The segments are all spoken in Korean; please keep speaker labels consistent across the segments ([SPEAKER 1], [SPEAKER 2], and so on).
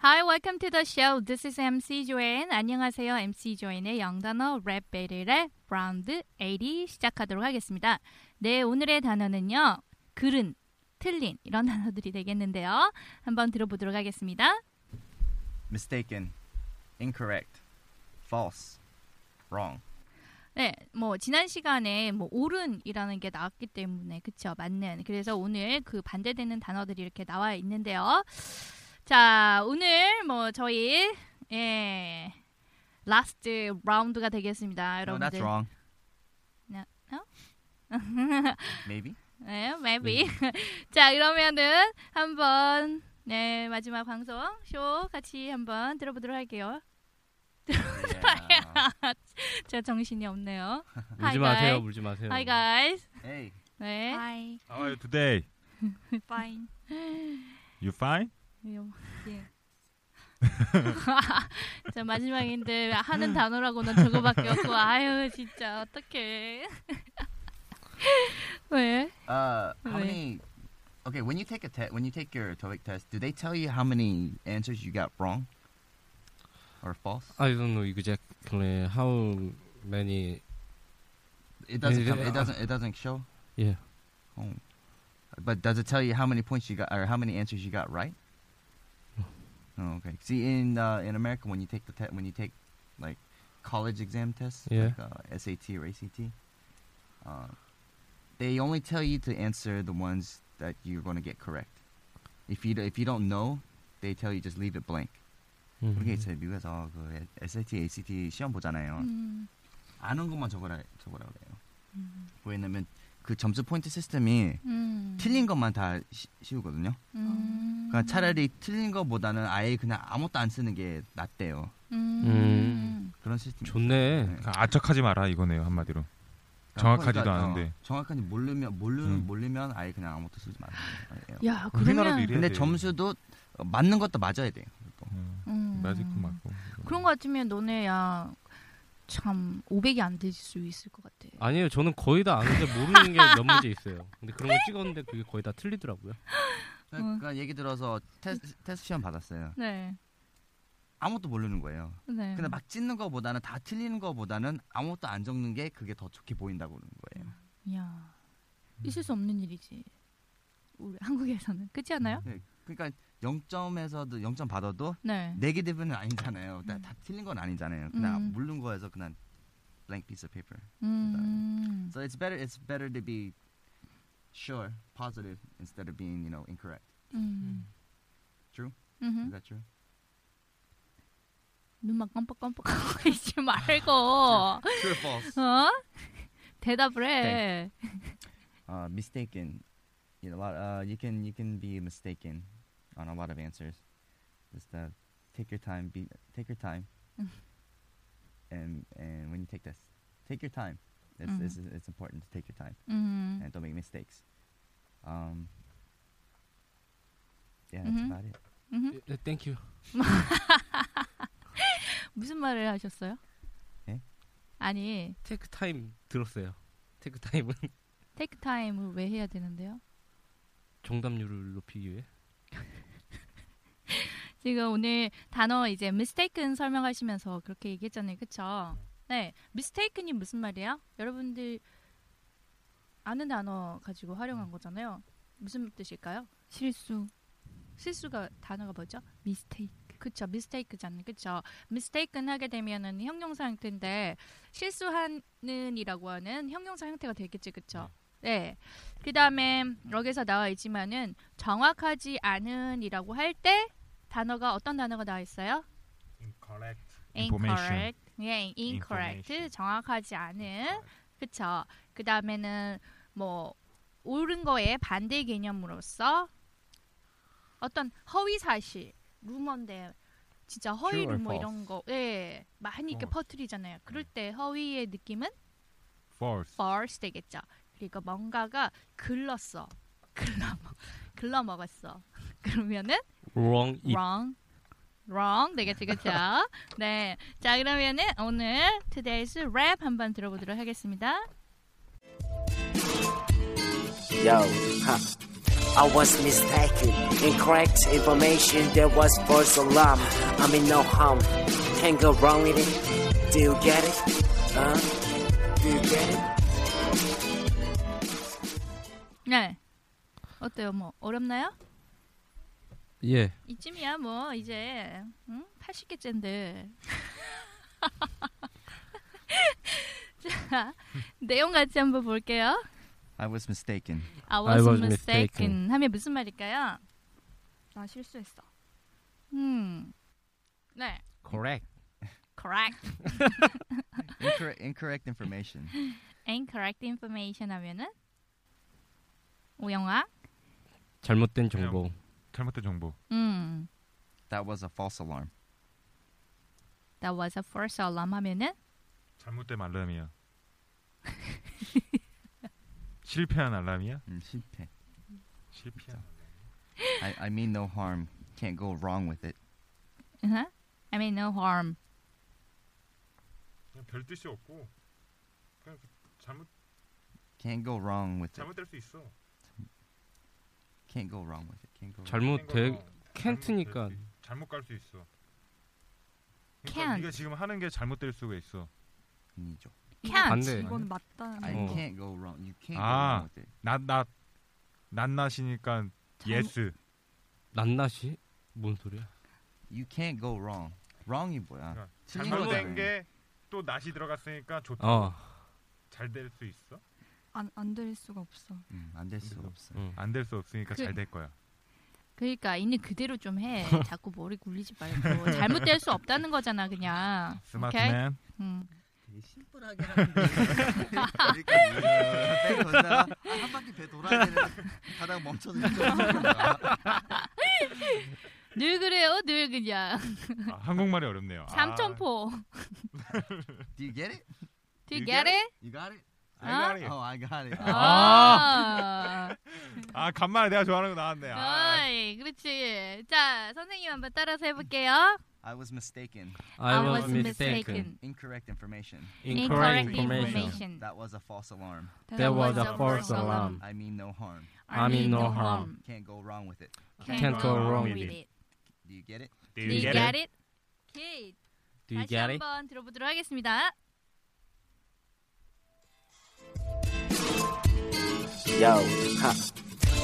[SPEAKER 1] Hi, welcome to the show. This is MC 조엔. 안녕하세요. MC 조엔의 영단어 랩 배틀의 라운드 80 시작하도록 하겠습니다. 네, 오늘의 단어는요. 글은, 틀린 이런 단어들이 되겠는데요. 한번 들어보도록 하겠습니다.
[SPEAKER 2] mistaken, incorrect, false, wrong.
[SPEAKER 1] 네, 뭐 지난 시간에 뭐 옳은이라는 게 나왔기 때문에 그쵸 맞는. 그래서 오늘 그 반대되는 단어들이 이렇게 나와 있는데요. 자, 오늘 뭐 저희 예 라스트 라운드가
[SPEAKER 2] No,
[SPEAKER 1] 되겠습니다, 여러분들.
[SPEAKER 2] that's wrong.
[SPEAKER 1] No, no?
[SPEAKER 2] Maybe.
[SPEAKER 1] 네, maybe. 자, 그러면은 한번 네 마지막 방송 쇼 같이 한번 들어보도록 할게요.
[SPEAKER 2] Yeah.
[SPEAKER 3] 아.
[SPEAKER 1] 제가 정신이 없네요. Hi,
[SPEAKER 3] 울지 마세요.
[SPEAKER 1] guys.
[SPEAKER 3] 울지 마세요.
[SPEAKER 1] Hi guys.
[SPEAKER 2] hey,
[SPEAKER 1] 네.
[SPEAKER 4] Hi,
[SPEAKER 3] 네. How are you today?
[SPEAKER 4] fine.
[SPEAKER 3] You fine?
[SPEAKER 1] 예. 자 마지막인데 하는 단어라고는 저거밖에 없고 아유 진짜 어떡해 왜?
[SPEAKER 2] uh, how
[SPEAKER 1] Wait.
[SPEAKER 2] many? Okay, when you take a test, when you take your TOEIC test, do they tell you how many answers you got wrong or false?
[SPEAKER 3] I don't know exactly how many.
[SPEAKER 2] It doesn't.
[SPEAKER 3] yeah,
[SPEAKER 2] Come,
[SPEAKER 3] yeah.
[SPEAKER 2] it doesn't. It doesn't show.
[SPEAKER 3] Yeah.
[SPEAKER 2] Oh. But does it tell you how many points you got or how many answers you got right? Oh, okay. See, in uh, in America, when you take the te- when you take like college exam tests,
[SPEAKER 3] Yeah.
[SPEAKER 2] like uh, SAT or ACT, uh, they only tell you to answer the ones that you're going to get correct. If you d- if you don't know, they tell you just leave it blank.
[SPEAKER 3] Mm-hmm. 음.
[SPEAKER 2] 그게 제 미국에서 그 SAT, ACT 시험
[SPEAKER 3] 어.
[SPEAKER 2] 보잖아요.
[SPEAKER 1] 음,
[SPEAKER 2] 아는 것만 적어라 적으라고 해요. 왜냐면 그 점수 포인트 시스템이
[SPEAKER 1] 음,
[SPEAKER 2] 틀린 것만 다 시- 씌우거든요.
[SPEAKER 1] 음,
[SPEAKER 2] 그러니까 차라리 틀린 것보다는 아예 그냥 아무것도 안 쓰는 게 낫대요.
[SPEAKER 1] 음,
[SPEAKER 3] 음.
[SPEAKER 2] 그런 시스템.
[SPEAKER 3] 좋네.
[SPEAKER 2] 네.
[SPEAKER 5] 그러니까
[SPEAKER 2] 그러니까
[SPEAKER 5] 아척하지 마라 이거네요 한마디로. 정확하지도 않은데.
[SPEAKER 2] 어, 정확한지 모르면 모르면
[SPEAKER 5] 음.
[SPEAKER 2] 모르면 아예 그냥 아무것도 쓰지 말아요.
[SPEAKER 1] 야
[SPEAKER 5] 우리나라도
[SPEAKER 1] 그러면
[SPEAKER 5] 이래야
[SPEAKER 2] 근데
[SPEAKER 5] 돼요.
[SPEAKER 2] 점수도 어, 맞는 것도 맞아야 돼요. 또.
[SPEAKER 5] 음,
[SPEAKER 1] 음,
[SPEAKER 5] 맞을건 맞고.
[SPEAKER 1] 그런 거 같으면 너네 야참 500이 안 될 수 있을 것 같아
[SPEAKER 3] 아니에요. 저는 거의 다 아는데 모르는 게 몇 문제 있어요. 근데 그런 거 찍었는데 그게 거의 다 틀리더라고요.
[SPEAKER 2] 그러니까 얘기 들어서 테스, 테스트 시험 받았어요.
[SPEAKER 1] 네,
[SPEAKER 2] 아무것도 모르는 거예요.
[SPEAKER 1] 네.
[SPEAKER 2] 근데 막 찍는 거보다는 다 틀리는 거보다는 아무것도 안 적는 게 그게 더 좋게 보인다고 그러는 거예요.
[SPEAKER 1] 야
[SPEAKER 5] 음.
[SPEAKER 1] 있을 수 없는 일이지 우리 한국에서는 그렇지
[SPEAKER 5] 음.
[SPEAKER 1] 않아요?
[SPEAKER 2] 네, 그러니까 0점에서도 0점 받아도
[SPEAKER 1] 네
[SPEAKER 2] 네게티브는 아니잖아요. 다, 다 틀린 건 아니잖아요. 그냥
[SPEAKER 1] 음.
[SPEAKER 2] 모르는 거에서 그냥 blank piece of paper.
[SPEAKER 1] 음.
[SPEAKER 2] So it's better it's better to be sure, positive instead of being, you know, incorrect.
[SPEAKER 1] 음.
[SPEAKER 2] True? Is
[SPEAKER 5] 네.
[SPEAKER 1] 음흠.
[SPEAKER 2] that true?
[SPEAKER 1] 눈만 깜빡깜빡하고 있지 말고 어?
[SPEAKER 5] 네.
[SPEAKER 2] True or false?
[SPEAKER 1] 대답을 해.
[SPEAKER 2] Uh, mistaken. You know, a lot. Uh, you can you can be mistaken on a lot of answers. Just uh, take your time. Be take your time. and and when you take this, take your time. It's
[SPEAKER 1] Mhm.
[SPEAKER 2] it's, it's important to take your time.
[SPEAKER 1] 음.
[SPEAKER 5] 네.
[SPEAKER 2] and don't make mistakes. Um, yeah,
[SPEAKER 1] Mhm.
[SPEAKER 2] that's about it.
[SPEAKER 1] 음흠.
[SPEAKER 3] 네, Thank you.
[SPEAKER 1] 무슨 말을 하셨어요?
[SPEAKER 5] 네.
[SPEAKER 2] 예?
[SPEAKER 1] 아니
[SPEAKER 3] Take time 들었어요. Take time은
[SPEAKER 1] 테이크 타임을 왜 해야 되는데요?
[SPEAKER 3] 정답률을 높이기 위해.
[SPEAKER 1] 지금 오늘 단어 이제 mistaken 설명하시면서 그렇게 얘기했잖아요, 그쵸 네, mistake는 무슨 말이야? 여러분들 아는 단어 가지고 활용한 거잖아요. 무슨 뜻일까요? 음. 실수. 실수가 단어가 뭐죠? mistake. 그쵸, mistake잖아요. 그쵸. mistaken 하게 되면은 형용사 형태인데 실수하는이라고 하는 형용사 형태가 되겠지, 그쵸? 네. 그 다음에 여기서 나와 있지만은 정확하지 않은이라고 할 때 단어가 어떤 단어가 나와 있어요?
[SPEAKER 3] Incorrect.
[SPEAKER 5] Information.
[SPEAKER 1] incorrect, 예, incorrect,
[SPEAKER 3] Information.
[SPEAKER 1] 정확하지 않은, 그쵸? 그 다음에는 뭐 옳은 거에 반대 개념으로서 어떤 허위 사실, 루머인데 진짜 허위
[SPEAKER 4] True or
[SPEAKER 1] 루머
[SPEAKER 4] false? 네.
[SPEAKER 1] 이런 거, 예, 많이 이렇게
[SPEAKER 3] False.
[SPEAKER 1] 퍼뜨리잖아요. 그럴 때 허위의 느낌은
[SPEAKER 5] false.
[SPEAKER 1] false 되겠죠. 그리고 뭔가가 글렀어, 글러먹, 글러먹었어. 그러면은
[SPEAKER 3] Wrong. It.
[SPEAKER 1] wrong. wrong 되겠죠, 그렇죠? 네, 자 그러면은 오늘 today's rap 한번 들어보도록 하겠습니다.
[SPEAKER 6] Yo, huh. I was mistaken. Incorrect information, there was false alarm. I mean, no harm. Can't go wrong with it. Do you get it? Huh? Do you get it?
[SPEAKER 1] 네, 어때요? 뭐 어렵나요?
[SPEAKER 4] 예.
[SPEAKER 1] 이쯤이야 뭐 이제 응? 80개째인데. 자, 내용 같이 한번 볼게요.
[SPEAKER 2] I was mistaken.
[SPEAKER 1] I was,
[SPEAKER 4] I was
[SPEAKER 1] mistaken.
[SPEAKER 4] mistaken.
[SPEAKER 1] 하면 무슨 말일까요? 아,
[SPEAKER 7] 나 실수했어.
[SPEAKER 1] 음, 네,
[SPEAKER 3] Correct.
[SPEAKER 1] correct,
[SPEAKER 2] Incor- incorrect information.
[SPEAKER 1] incorrect information 하면은 오영아.
[SPEAKER 3] 잘못된 정보.
[SPEAKER 5] 잘못된 정보.
[SPEAKER 1] 음,
[SPEAKER 2] That was a false alarm.
[SPEAKER 1] that was a false alarm 하면은
[SPEAKER 5] 잘못된 알람이야. 실패한 알람이야?
[SPEAKER 2] 음, 실패.
[SPEAKER 5] 실패한.
[SPEAKER 2] I, I mean no harm. Can't go wrong with it.
[SPEAKER 1] uh-huh. I mean no harm.
[SPEAKER 5] 그냥 별 뜻이 없고 그냥 잘못
[SPEAKER 2] Can't go wrong with it.
[SPEAKER 5] 잘못될 수 있어.
[SPEAKER 2] Can't go wrong with it. Can't go wrong.
[SPEAKER 3] 잘못된 can't니까
[SPEAKER 5] 잘못 갈 어, 수 있어.
[SPEAKER 1] 그러니까 Can't. 네가
[SPEAKER 5] 지금 하는 게 잘못될 수가 있어.
[SPEAKER 2] 아니죠.
[SPEAKER 7] 음,
[SPEAKER 1] Can't.
[SPEAKER 3] 반대.
[SPEAKER 7] 이건 맞다는
[SPEAKER 8] 아,
[SPEAKER 2] I
[SPEAKER 7] 거.
[SPEAKER 3] 어.
[SPEAKER 2] can't go wrong. You can't
[SPEAKER 5] 아.
[SPEAKER 2] go wrong with it.
[SPEAKER 5] 낱낱 낱낱이니까 yes.
[SPEAKER 3] 낱낱이 뭔 소리야?
[SPEAKER 2] You can't go wrong. wrong이 뭐야?
[SPEAKER 5] 그러니까
[SPEAKER 2] 틀린 거잖아.
[SPEAKER 5] 게또 낫이 들어갔으니까 좋다.
[SPEAKER 3] 어.
[SPEAKER 5] 잘될 수 있어?
[SPEAKER 7] 안안 될 수가 없어.
[SPEAKER 2] 음, 안될 수가 없어.
[SPEAKER 3] 응.
[SPEAKER 5] 안 될 수 없으니까
[SPEAKER 1] 그-
[SPEAKER 5] 잘 될 거야.
[SPEAKER 1] 그러니까 있는 그대로 좀 해. 자꾸 머리 굴리지 말고 잘못될 수 없다는 거잖아 그냥. 오케이?
[SPEAKER 5] 스마트맨.
[SPEAKER 1] 음.
[SPEAKER 2] 되게 심플하게 하는데. 그러니까 배 돌다가 아, 한 바퀴 배 돌아야 되는데 가다가 멈춰서
[SPEAKER 1] 늘 그래요 늘 그냥.
[SPEAKER 5] 아, 한국말이 어렵네요.
[SPEAKER 1] 삼천포.
[SPEAKER 2] Do you get it?
[SPEAKER 1] Do you
[SPEAKER 5] You
[SPEAKER 1] get
[SPEAKER 5] get
[SPEAKER 1] it?
[SPEAKER 2] You got it?
[SPEAKER 5] 아,
[SPEAKER 1] 어?
[SPEAKER 2] Oh, I got it.
[SPEAKER 1] Uh-huh. 아.
[SPEAKER 5] 아 간만에 내가 좋아하는 거 나왔네. 아.
[SPEAKER 1] 어이, 그렇지. 자 선생님 한번 따라서 해볼게요.
[SPEAKER 2] I was mistaken.
[SPEAKER 3] I was mistaken.
[SPEAKER 2] Incorrect information.
[SPEAKER 1] Incorrect
[SPEAKER 3] Incorrect information.
[SPEAKER 1] information.
[SPEAKER 2] That was a false alarm.
[SPEAKER 3] There was a false alarm.
[SPEAKER 2] I mean no harm.
[SPEAKER 1] I mean no harm.
[SPEAKER 2] Can't go wrong with it.
[SPEAKER 1] Can't go wrong with it.
[SPEAKER 2] Do you get it?
[SPEAKER 5] 네,
[SPEAKER 1] Do you get it? 오케이.
[SPEAKER 3] Do you
[SPEAKER 1] 다시
[SPEAKER 3] get it?
[SPEAKER 1] 한번 들어보도록 하겠습니다.
[SPEAKER 6] Yo, huh.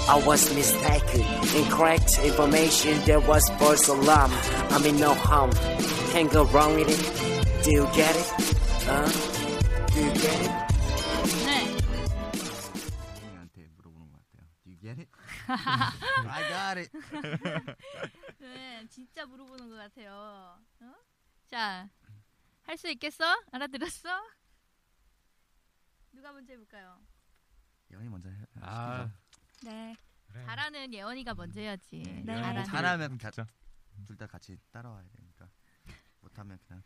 [SPEAKER 6] I was mistaken. Incorrect information, there was false alarm. I mean, no harm. Can't go wrong with it. Do you get it? Huh? Do you get it?
[SPEAKER 1] 네.
[SPEAKER 2] 선생님한테 물어보는 것 같아요. Do you get it? I got it.
[SPEAKER 1] 네, 진짜 물어보는 것 같아요. 어? 자, 할 수 있겠어? 알아들었어? 누가 먼저 해볼까요?
[SPEAKER 2] 영이 먼저 해.
[SPEAKER 3] 아,
[SPEAKER 1] 네. 잘하는 예원이가 먼저 해야지.
[SPEAKER 7] 네.
[SPEAKER 1] 잘하는.
[SPEAKER 2] 잘하면 둘다 같이 따라와야 되니까. 못하면 그냥.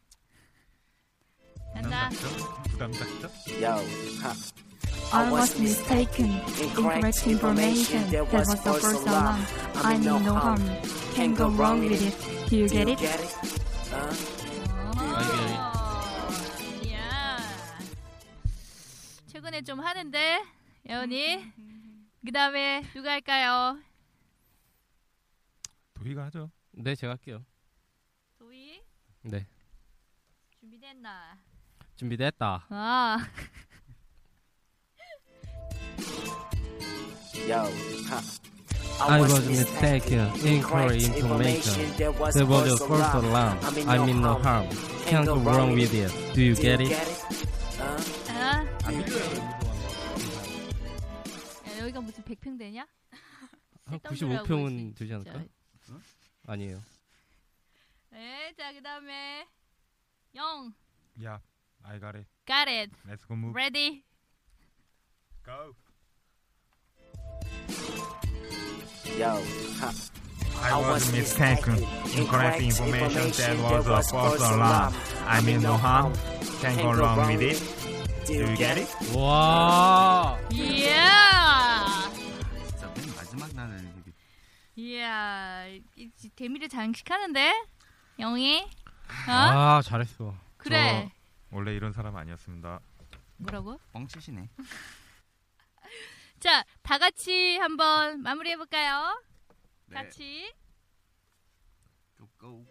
[SPEAKER 1] 간다.
[SPEAKER 5] 부담스럽죠?
[SPEAKER 6] Yo, huh.
[SPEAKER 7] I was mistaken. Incorrect information. There was a false alarm. I mean no harm. Can't go wrong with it. Do you
[SPEAKER 6] Do
[SPEAKER 7] get
[SPEAKER 6] you
[SPEAKER 7] it?
[SPEAKER 6] get it? Uh, Huh?
[SPEAKER 1] 오, 이야. 최근에 좀 하는데 예원이. 그 다음에 누가 할까요?
[SPEAKER 5] 도희가 하죠.
[SPEAKER 3] 네 제가 할게요.
[SPEAKER 1] 도희
[SPEAKER 3] 네.
[SPEAKER 1] 준비됐나?
[SPEAKER 3] 준비됐다.
[SPEAKER 1] 아,
[SPEAKER 6] Yo, huh.
[SPEAKER 3] I was mistaken. Incorrect information. There was a false alarm. I mean no harm. Can't go wrong with it. Do you get it?
[SPEAKER 6] Huh?
[SPEAKER 1] 아. 야, 여기가 무슨 100평 되냐?
[SPEAKER 3] 한
[SPEAKER 1] 쓸데없는 소리 하고 있어,
[SPEAKER 3] 95평은 되지 않을까?
[SPEAKER 1] 진짜.
[SPEAKER 3] 아니에요.
[SPEAKER 1] 네, 자 그다음에 영,
[SPEAKER 5] Yeah, I got it.
[SPEAKER 1] got it,
[SPEAKER 5] Let's go move.
[SPEAKER 1] ready.
[SPEAKER 5] Go.
[SPEAKER 6] Yo, huh.
[SPEAKER 5] I was mistaken. Incorrect information. There was a false alarm. I mean no harm. Can't go wrong with it.
[SPEAKER 6] Do you get it?
[SPEAKER 3] 와.
[SPEAKER 1] 어? 이야,
[SPEAKER 2] 진짜 맨 마지막 나는 이게
[SPEAKER 1] 이야, 이 지- 데미를 장식하는데 영이, 어?
[SPEAKER 3] 아 잘했어.
[SPEAKER 1] 그래.
[SPEAKER 5] 원래 이런 사람 아니었습니다.
[SPEAKER 1] 뭐라고?
[SPEAKER 2] 뻥치시네.
[SPEAKER 1] 자, 다 같이 한번 마무리해 볼까요?
[SPEAKER 2] 네.
[SPEAKER 1] 같이.
[SPEAKER 2] Go, go.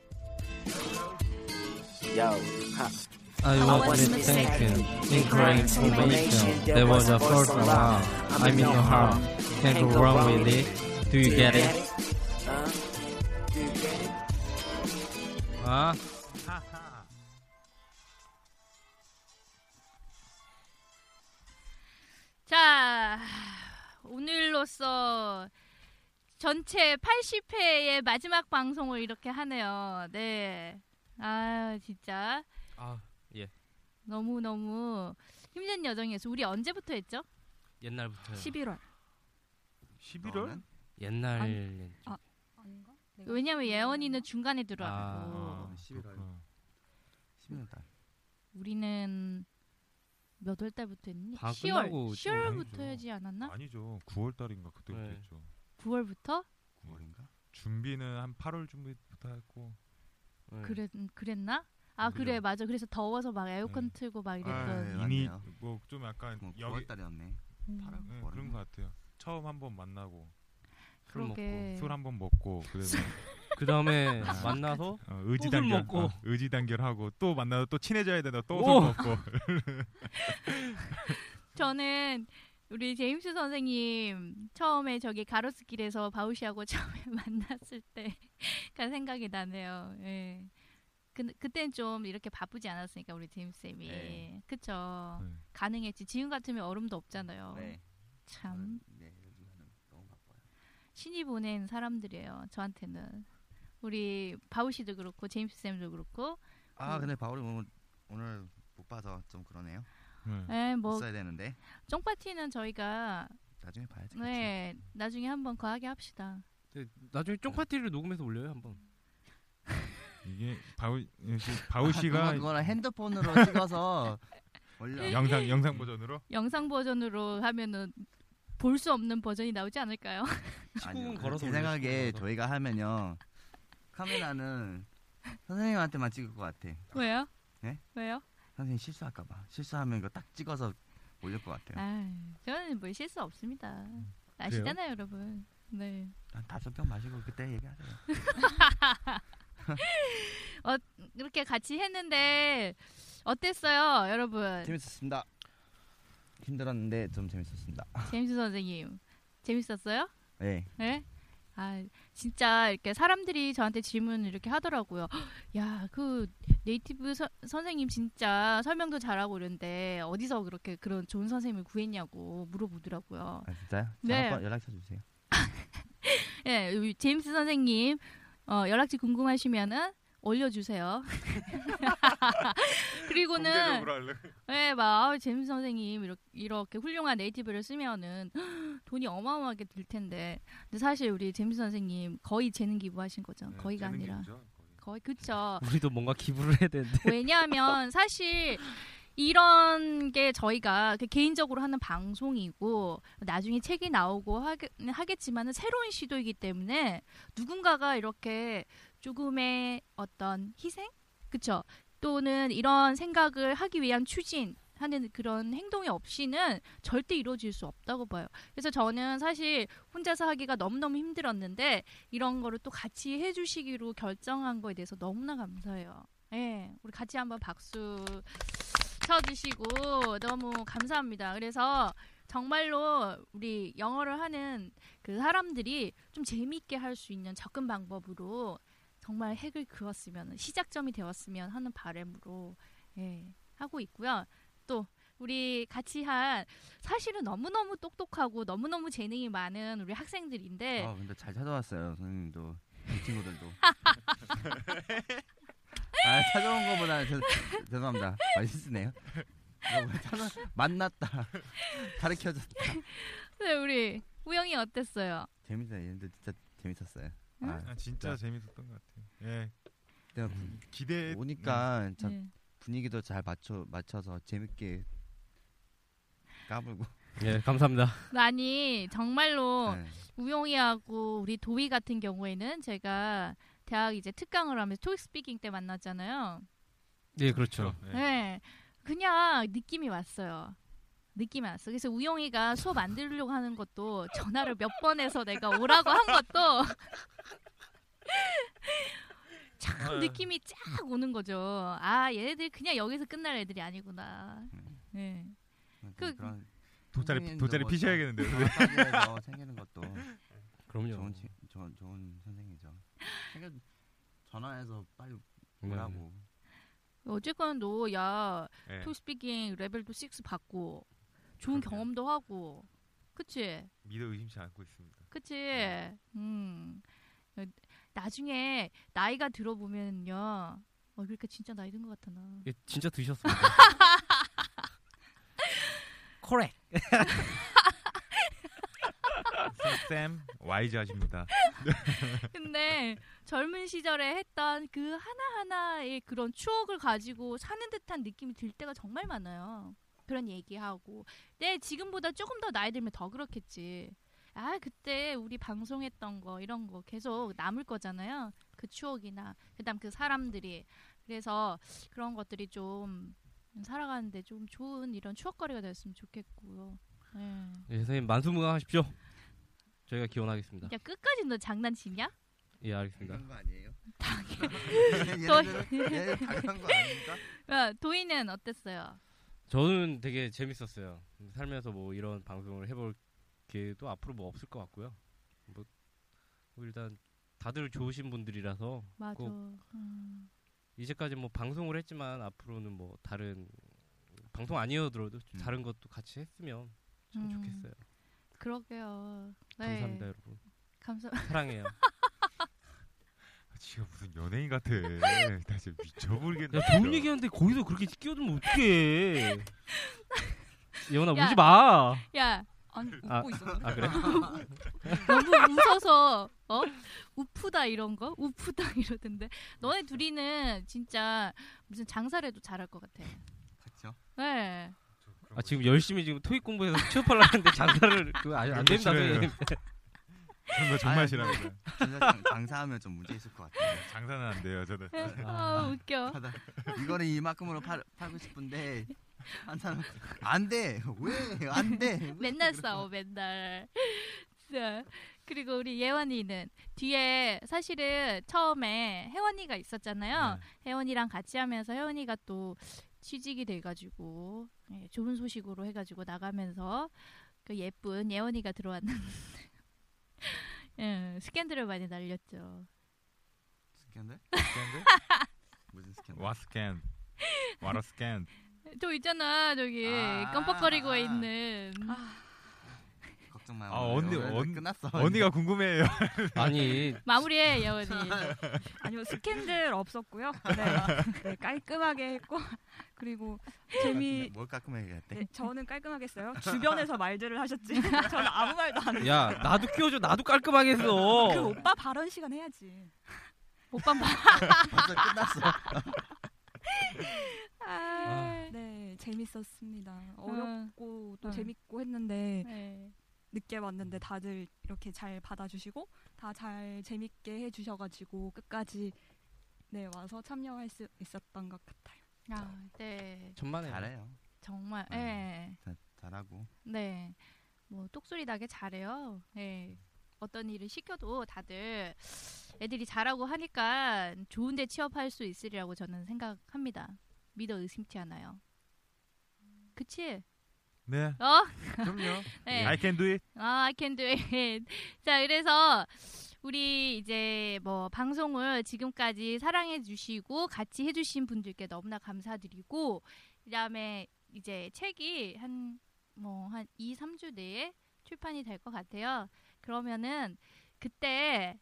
[SPEAKER 6] Yo, huh.
[SPEAKER 3] I was mistaken. Incorrect information. There was a false alarm. I mean no harm. Can't go wrong with it. Do you get it?
[SPEAKER 6] Huh? Do you get it?
[SPEAKER 3] 아.
[SPEAKER 1] 자, 오늘로써 전체 80회의 마지막 방송을 이렇게 하네요. 네. 아, 진짜
[SPEAKER 3] 아 예.
[SPEAKER 1] 너무너무 힘든 여정이었어요. 우리 언제부터 했죠?
[SPEAKER 3] 옛날부터.
[SPEAKER 7] 11월.
[SPEAKER 5] 11월?
[SPEAKER 3] 옛날.
[SPEAKER 7] 아닌가?
[SPEAKER 1] 왜냐면 예언이는 중간에 들어왔고
[SPEAKER 3] 아.
[SPEAKER 2] 11월. 11월 달.
[SPEAKER 1] 우리는 몇 월 달부터 했니?
[SPEAKER 3] 방
[SPEAKER 1] 10월.
[SPEAKER 3] 끝나고
[SPEAKER 1] 10월부터
[SPEAKER 5] 좀
[SPEAKER 1] 하지 않았나?
[SPEAKER 5] 아니죠. 9월 달인가 그때부터
[SPEAKER 3] 네.
[SPEAKER 5] 했죠.
[SPEAKER 1] 9월부터?
[SPEAKER 2] 9월인가?
[SPEAKER 5] 준비는 한 8월 준비부터 했고.
[SPEAKER 3] 네.
[SPEAKER 1] 그랬 그랬나? 아
[SPEAKER 5] 그죠.
[SPEAKER 1] 그래 맞아. 그래서 더워서 막 에어컨
[SPEAKER 5] 네.
[SPEAKER 1] 틀고 막
[SPEAKER 5] 아,
[SPEAKER 1] 이랬던.
[SPEAKER 2] 네,
[SPEAKER 5] 이미
[SPEAKER 2] 맞네요.
[SPEAKER 5] 뭐 좀 약간
[SPEAKER 2] 뭐
[SPEAKER 5] 여기
[SPEAKER 2] 9월 달이었네.
[SPEAKER 1] 음,
[SPEAKER 2] 팔월?
[SPEAKER 5] 네,
[SPEAKER 2] 월인가?
[SPEAKER 5] 그런 것 같아요. 처음 한번 만나고
[SPEAKER 3] 술 먹고.
[SPEAKER 1] 그러게.
[SPEAKER 5] 술 한번 먹고 그래서
[SPEAKER 3] 그 다음에
[SPEAKER 5] 아.
[SPEAKER 3] 만나서
[SPEAKER 5] 어,
[SPEAKER 3] 술
[SPEAKER 5] 의지단결
[SPEAKER 3] 먹고.
[SPEAKER 5] 어, 의지단결하고 또 만나서 또 친해져야 된다. 또
[SPEAKER 3] 오!
[SPEAKER 5] 술 먹고.
[SPEAKER 1] 저는 우리 제임스 선생님 처음에 저기 가로수길에서 바우시하고 처음에 만났을 때가 생각이 나네요. 예. 그 그땐 좀 이렇게 바쁘지 않았으니까 우리 제임스 쌤이
[SPEAKER 2] 네.
[SPEAKER 1] 그쵸
[SPEAKER 5] 네.
[SPEAKER 1] 가능했지 지금 같으면 얼음도 없잖아요.
[SPEAKER 2] 네.
[SPEAKER 1] 참
[SPEAKER 2] 네, 요즘에는 너무 바빠요.
[SPEAKER 1] 신이 보낸 사람들이에요. 저한테는 우리 바우 씨도 그렇고 제임스 쌤도 그렇고 음.
[SPEAKER 2] 아, 근데 바울이 오늘 오늘 못 봐서 좀 그러네요.
[SPEAKER 5] 네.
[SPEAKER 1] 예, 에뭐
[SPEAKER 2] 있어야 되는데
[SPEAKER 1] 쫑파티는 저희가
[SPEAKER 2] 나중에 봐야지.
[SPEAKER 1] 네 나중에 한번 거하게 합시다.
[SPEAKER 3] 나중에 쫑 파티를 녹음해서 올려요 한번.
[SPEAKER 5] 이게 바우 씨- 아, 바우 씨가
[SPEAKER 2] 아, 그거랑 핸드폰으로 찍어서 원래
[SPEAKER 5] 영상 영상 버전으로
[SPEAKER 1] 영상 버전으로 하면은 볼 수 없는 버전이 나오지 않을까요?
[SPEAKER 3] 시국은
[SPEAKER 2] 아니요.
[SPEAKER 3] 걸어서
[SPEAKER 2] 제
[SPEAKER 3] 올릴
[SPEAKER 2] 생각에
[SPEAKER 3] 수 있어서.
[SPEAKER 2] 저희가 하면요 카메라는 선생님한테만 찍을 것 같아.
[SPEAKER 1] 왜요?
[SPEAKER 2] 네?
[SPEAKER 1] 왜요?
[SPEAKER 2] 선생님 실수할까봐 실수하면 이거 딱 찍어서 올릴 것 같아요.
[SPEAKER 1] 아, 저는 뭐 실수 없습니다.
[SPEAKER 2] 음,
[SPEAKER 1] 아시잖아요, 여러분. 네.
[SPEAKER 2] 한 다섯 병 마시고 그때 얘기하세요.
[SPEAKER 1] 이렇게 같이 했는데 어땠어요, 여러분?
[SPEAKER 2] 재밌었습니다. 힘들었는데 좀 재밌었습니다. 아,
[SPEAKER 1] 제임스 선생님. 재밌었어요?
[SPEAKER 2] 네.
[SPEAKER 1] 네? 아, 진짜 이렇게 사람들이 저한테 질문을 이렇게 하더라고요. 야, 그 네이티브 서- 선생님 진짜 설명도 잘하고 그런데 어디서 그렇게 그런 좋은 선생님을 구했냐고 물어보더라고요.
[SPEAKER 2] 아 진짜요?
[SPEAKER 1] 네.
[SPEAKER 2] 한번 연락처 주세요.
[SPEAKER 1] 예, 우리 제임스 선생님 어, 연락처 궁금하시면은 올려주세요. 그리고는
[SPEAKER 5] 공개적으로 할래.
[SPEAKER 1] 예, 막 아, 제임스 선생님 이렇게, 이렇게 훌륭한 네이티브를 쓰면은 돈이 어마어마하게 들 텐데, 근데 사실 우리 제임스 선생님 거의 재능 기부하신 거죠. 거의가
[SPEAKER 5] 네,
[SPEAKER 1] 아니라
[SPEAKER 5] 재능 기부죠, 거의.
[SPEAKER 1] 거의 그쵸.
[SPEAKER 3] 우리도 뭔가 기부를 해야 되는데.
[SPEAKER 1] 왜냐하면 사실 이런 게 저희가 그 개인적으로 하는 방송이고 나중에 책이 나오고 하겠, 하겠지만은 새로운 시도이기 때문에 누군가가 이렇게 조금의 어떤 희생, 그쵸? 또는 이런 생각을 하기 위한 추진. 하는 그런 행동이 없이는 절대 이루어질 수 없다고 봐요. 그래서 저는 사실 혼자서 하기가 너무너무 힘들었는데 이런 거를 또 같이 해주시기로 결정한 거에 대해서 너무나 감사해요. 예, 우리 같이 한번 박수 고쳐주시고 너무 감사합니다. 그래서 정말로 우리 영어를 하는 그 사람들이 좀 재미있게 할 수 있는 접근 방법으로 정말 핵을 그었으면 시작점이 되었으면 하는 바람으로 예, 하고 있고요. 또 우리 같이 한 사실은 너무너무 똑똑하고 너무너무 재능이 많은 우리 학생들인데
[SPEAKER 2] 아 근데 잘 찾아왔어요 선생님도 이 친구들도. 아 찾아온 거보다 죄- 죄송합니다. 맛있으네요. 만났다. 가르쳐줬다.
[SPEAKER 1] 네, 우리 우영이 어땠어요?
[SPEAKER 2] 재밌다. 얘네들 진짜 재밌었어요.
[SPEAKER 5] 아, 진짜 재밌었던 것 같아요. 예.
[SPEAKER 2] 내가
[SPEAKER 5] 기대
[SPEAKER 2] 오니까
[SPEAKER 5] 음.
[SPEAKER 2] 참
[SPEAKER 1] 네.
[SPEAKER 2] 분위기도 잘 맞춰 맞춰서 재밌게 까불고.
[SPEAKER 3] 예, 감사합니다.
[SPEAKER 1] 아니 정말로
[SPEAKER 2] 네.
[SPEAKER 1] 우영이하고 우리 도희 같은 경우에는 제가 대학 이제 특강을 하면서 토익 스피킹 때 만났잖아요.
[SPEAKER 3] 예,
[SPEAKER 5] 음,
[SPEAKER 3] 그렇죠.
[SPEAKER 1] 네. 그냥 느낌이 왔어요. 느낌이 왔어. 그래서 우영이가 수업 안 들으려고 하는 것도 전화를 몇 번 해서 내가 오라고 한 것도 참 느낌이 쫙 오는 거죠. 아 얘네들 그냥 여기서 끝날 애들이 아니구나. 네. 그-
[SPEAKER 2] 그러니까 그런
[SPEAKER 3] 네.
[SPEAKER 5] 돗자리 돗자리
[SPEAKER 2] 뭐
[SPEAKER 5] 피셔야겠는데요.
[SPEAKER 2] 다- 마사지에서 생기는 것도
[SPEAKER 3] 그럼요.
[SPEAKER 2] 좋은 치, 좋은 좋은 선생이죠. 생겨 전화해서 빨리
[SPEAKER 3] 네.
[SPEAKER 2] 오라고.
[SPEAKER 1] 어쨌건도 야
[SPEAKER 5] 예.
[SPEAKER 1] 토스피킹 레벨도 6 받고 좋은
[SPEAKER 5] 그럼요.
[SPEAKER 1] 경험도 하고 그치
[SPEAKER 5] 믿어 의심치 않고 있습니다.
[SPEAKER 1] 그치
[SPEAKER 5] 네.
[SPEAKER 1] 음 어, 나중에 나이가 들어보면요 어 그러니까 진짜 나이 든 것 같아 나
[SPEAKER 3] 예, 진짜 드셨습니다.
[SPEAKER 2] 코렉.
[SPEAKER 5] 쌤 와이즈하십니다.
[SPEAKER 1] 근데 젊은 시절에 했던 그 하나하나의 그런 추억을 가지고 사는 듯한 느낌이 들 때가 정말 많아요. 그런 얘기하고. 네, 지금보다 조금 더 나이 들면 더 그렇겠지. 아, 그때 우리 방송했던 거, 이런 거 계속 남을 거잖아요. 그 추억이나, 그 다음 그 사람들이. 그래서 그런 것들이 좀 살아가는데 좀 좋은 이런 추억거리가 됐으면 좋겠고요. 예.
[SPEAKER 3] 예, 선생님 만수무강하십시오. 저희가 기원하겠습니다.
[SPEAKER 1] 야, 끝까지 너 장난치냐?
[SPEAKER 3] 예, 알겠습니다.
[SPEAKER 2] 당연한 거 아니에요?
[SPEAKER 1] 또-
[SPEAKER 2] 얘네들은- 얘네들 당연한 거 아닙니까?
[SPEAKER 1] 야, 어, 도희는 어땠어요?
[SPEAKER 3] 저는 되게 재밌었어요. 살면서 뭐 이런 방송을 해볼 기회도 앞으로 뭐 없을 것 같고요. 뭐, 뭐 일단 다들 좋으신 분들이라서
[SPEAKER 1] 맞아.
[SPEAKER 3] 꼭
[SPEAKER 1] 음.
[SPEAKER 3] 이제까지 뭐 방송을 했지만 앞으로는 뭐 다른 방송 아니어도
[SPEAKER 2] 음.
[SPEAKER 3] 다른 것도 같이 했으면 참
[SPEAKER 1] 음.
[SPEAKER 3] 좋겠어요.
[SPEAKER 1] 그러게요. 네.
[SPEAKER 3] 감사합니다, 여러분.
[SPEAKER 1] 감사.
[SPEAKER 3] 사랑해요.
[SPEAKER 5] 아, 지가 무슨 연예인 같아. 나 진짜 미쳐버리겠네.
[SPEAKER 3] 야, 좋은 얘기하는데 거기서 그렇게 끼어들면 어떡해. 예원아
[SPEAKER 1] 야.
[SPEAKER 3] 울지 마.
[SPEAKER 1] 야, 아니
[SPEAKER 3] 아,
[SPEAKER 1] 웃고 있어.
[SPEAKER 3] 아 그래?
[SPEAKER 1] 너무 웃어서 어 우프다 이런 거 우프다 이러던데. 너네 둘이는 진짜 무슨 장사를 해도 잘할 것 같아.
[SPEAKER 2] 그렇죠.
[SPEAKER 1] 네.
[SPEAKER 3] 아 지금 열심히 지금 토익 공부해서 취업하려는데 장사를 그거 아- 안 됩니다
[SPEAKER 5] 그거
[SPEAKER 3] 선생님.
[SPEAKER 2] 아니,
[SPEAKER 5] 정말 정말 싫어합니다.
[SPEAKER 2] 진짜 장- 장사하면 좀 문제 있을 것 같아요.
[SPEAKER 5] 장사는 안 돼요 저는.
[SPEAKER 3] 네.
[SPEAKER 1] 아 웃겨.
[SPEAKER 2] 하다 이거를 이만큼으로 팔, 팔고 싶은데 한 사람 안돼 왜 안돼
[SPEAKER 1] 맨날 싸워 맨날. 자, 그리고 우리 예원이는 뒤에 사실은 처음에 혜원이가 있었잖아요.
[SPEAKER 5] 네.
[SPEAKER 1] 혜원이랑 같이 하면서 혜원이가 또 취직이 돼가지고 예, 좋은 소식으로 해가지고 나가면서 그 예쁜 예원이가 들어왔는데 예, 스캔들을 많이 날렸죠.
[SPEAKER 2] 스캔들
[SPEAKER 5] 스캔들?
[SPEAKER 2] 무슨 스캔들
[SPEAKER 5] 와 스캔. 와라 스캔.
[SPEAKER 1] 저 있잖아 저기
[SPEAKER 2] 아,
[SPEAKER 1] 깜빡거리고
[SPEAKER 2] 아.
[SPEAKER 1] 있는
[SPEAKER 2] 걱정 마
[SPEAKER 5] 아,
[SPEAKER 2] 오늘
[SPEAKER 5] 언니,
[SPEAKER 2] 오늘
[SPEAKER 5] 언-
[SPEAKER 2] 끝났어
[SPEAKER 5] 언니가 궁금해요.
[SPEAKER 3] 아니
[SPEAKER 1] 마무리해 예원이.
[SPEAKER 9] 아니요 스캔들 없었고요. 네, 네, 깔끔하게 했고 그리고 재미.
[SPEAKER 2] 뭘 깎으면
[SPEAKER 9] 네, 저는 깔끔하게 했어요. 주변에서 말들을 하셨지. 저는 아무 말도 안 했어요.
[SPEAKER 3] 야 나도 끼워줘 나도 깔끔하게
[SPEAKER 9] 그
[SPEAKER 3] 했어.
[SPEAKER 9] 오빠 발언 시간 해야지.
[SPEAKER 1] 오빠 봐.
[SPEAKER 2] 벌써 끝났어
[SPEAKER 1] 아.
[SPEAKER 9] 네, 재밌었습니다. 어렵고 또
[SPEAKER 1] 어.
[SPEAKER 9] 재밌고 했는데
[SPEAKER 1] 네.
[SPEAKER 9] 늦게 왔는데 다들 이렇게 잘 받아주시고 다 잘 재밌게 해주셔가지고 끝까지 네 와서 참여할 수 있었던 것 같아요.
[SPEAKER 1] 아, 네.
[SPEAKER 3] 천만에
[SPEAKER 2] 잘해요
[SPEAKER 1] 정말
[SPEAKER 2] 음.
[SPEAKER 1] 예.
[SPEAKER 2] 다- 잘하고
[SPEAKER 1] 네. 뭐 똑소리 나게 잘해요. 네. 어떤 일을 시켜도 다들 애들이 잘하고 하니까 좋은 데 취업할 수 있으리라고 저는 생각합니다. 믿어 의심치 않아요. 그치?
[SPEAKER 10] 네.
[SPEAKER 1] 어?
[SPEAKER 10] 그럼요.
[SPEAKER 1] 네.
[SPEAKER 10] I can do it.
[SPEAKER 1] 아, I can do it. 자, 그래서 우리 이제 뭐 방송을 지금까지 사랑해 주시고 같이 해 주신 분들께 너무나 감사드리고 그다음에 이제 책이 한 뭐 한 2, 3주 내에 출판이 될 것 같아요. 그러면은 그때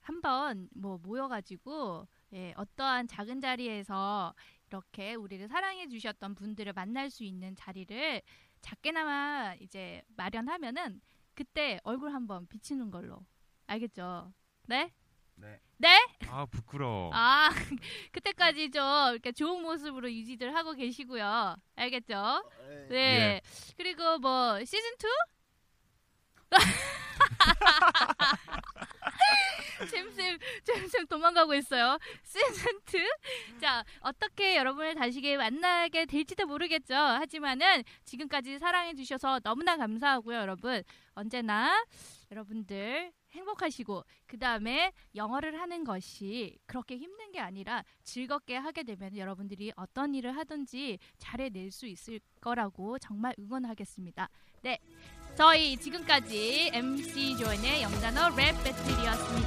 [SPEAKER 1] 한번 뭐 모여가지고 예, 어떠한 작은 자리에서 이렇게 우리를 사랑해 주셨던 분들을 만날 수 있는 자리를 작게나마 이제 마련하면은 그때 얼굴 한번 비치는 걸로 알겠죠? 네?
[SPEAKER 10] 네.
[SPEAKER 1] 네?
[SPEAKER 10] 아 부끄러워.
[SPEAKER 1] 아 그때까지 좀 이렇게 좋은 모습으로 유지들 하고 계시고요. 알겠죠? 네.
[SPEAKER 10] 예.
[SPEAKER 1] 그리고 뭐 시즌 2? 잼쌤, 잼쌤 도망가고 있어요. 시즌 2? 자, 어떻게 여러분을 다시게 만나게 될지도 모르겠죠. 하지만은 지금까지 사랑해주셔서 너무나 감사하고요, 여러분. 언제나 여러분들 행복하시고, 그 다음에 영어를 하는 것이 그렇게 힘든 게 아니라 즐겁게 하게 되면 여러분들이 어떤 일을 하든지 잘해낼 수 있을 거라고 정말 응원하겠습니다. 네. 저희 지금까지 MC 조연의 영단어 랩 배틀이었습니다.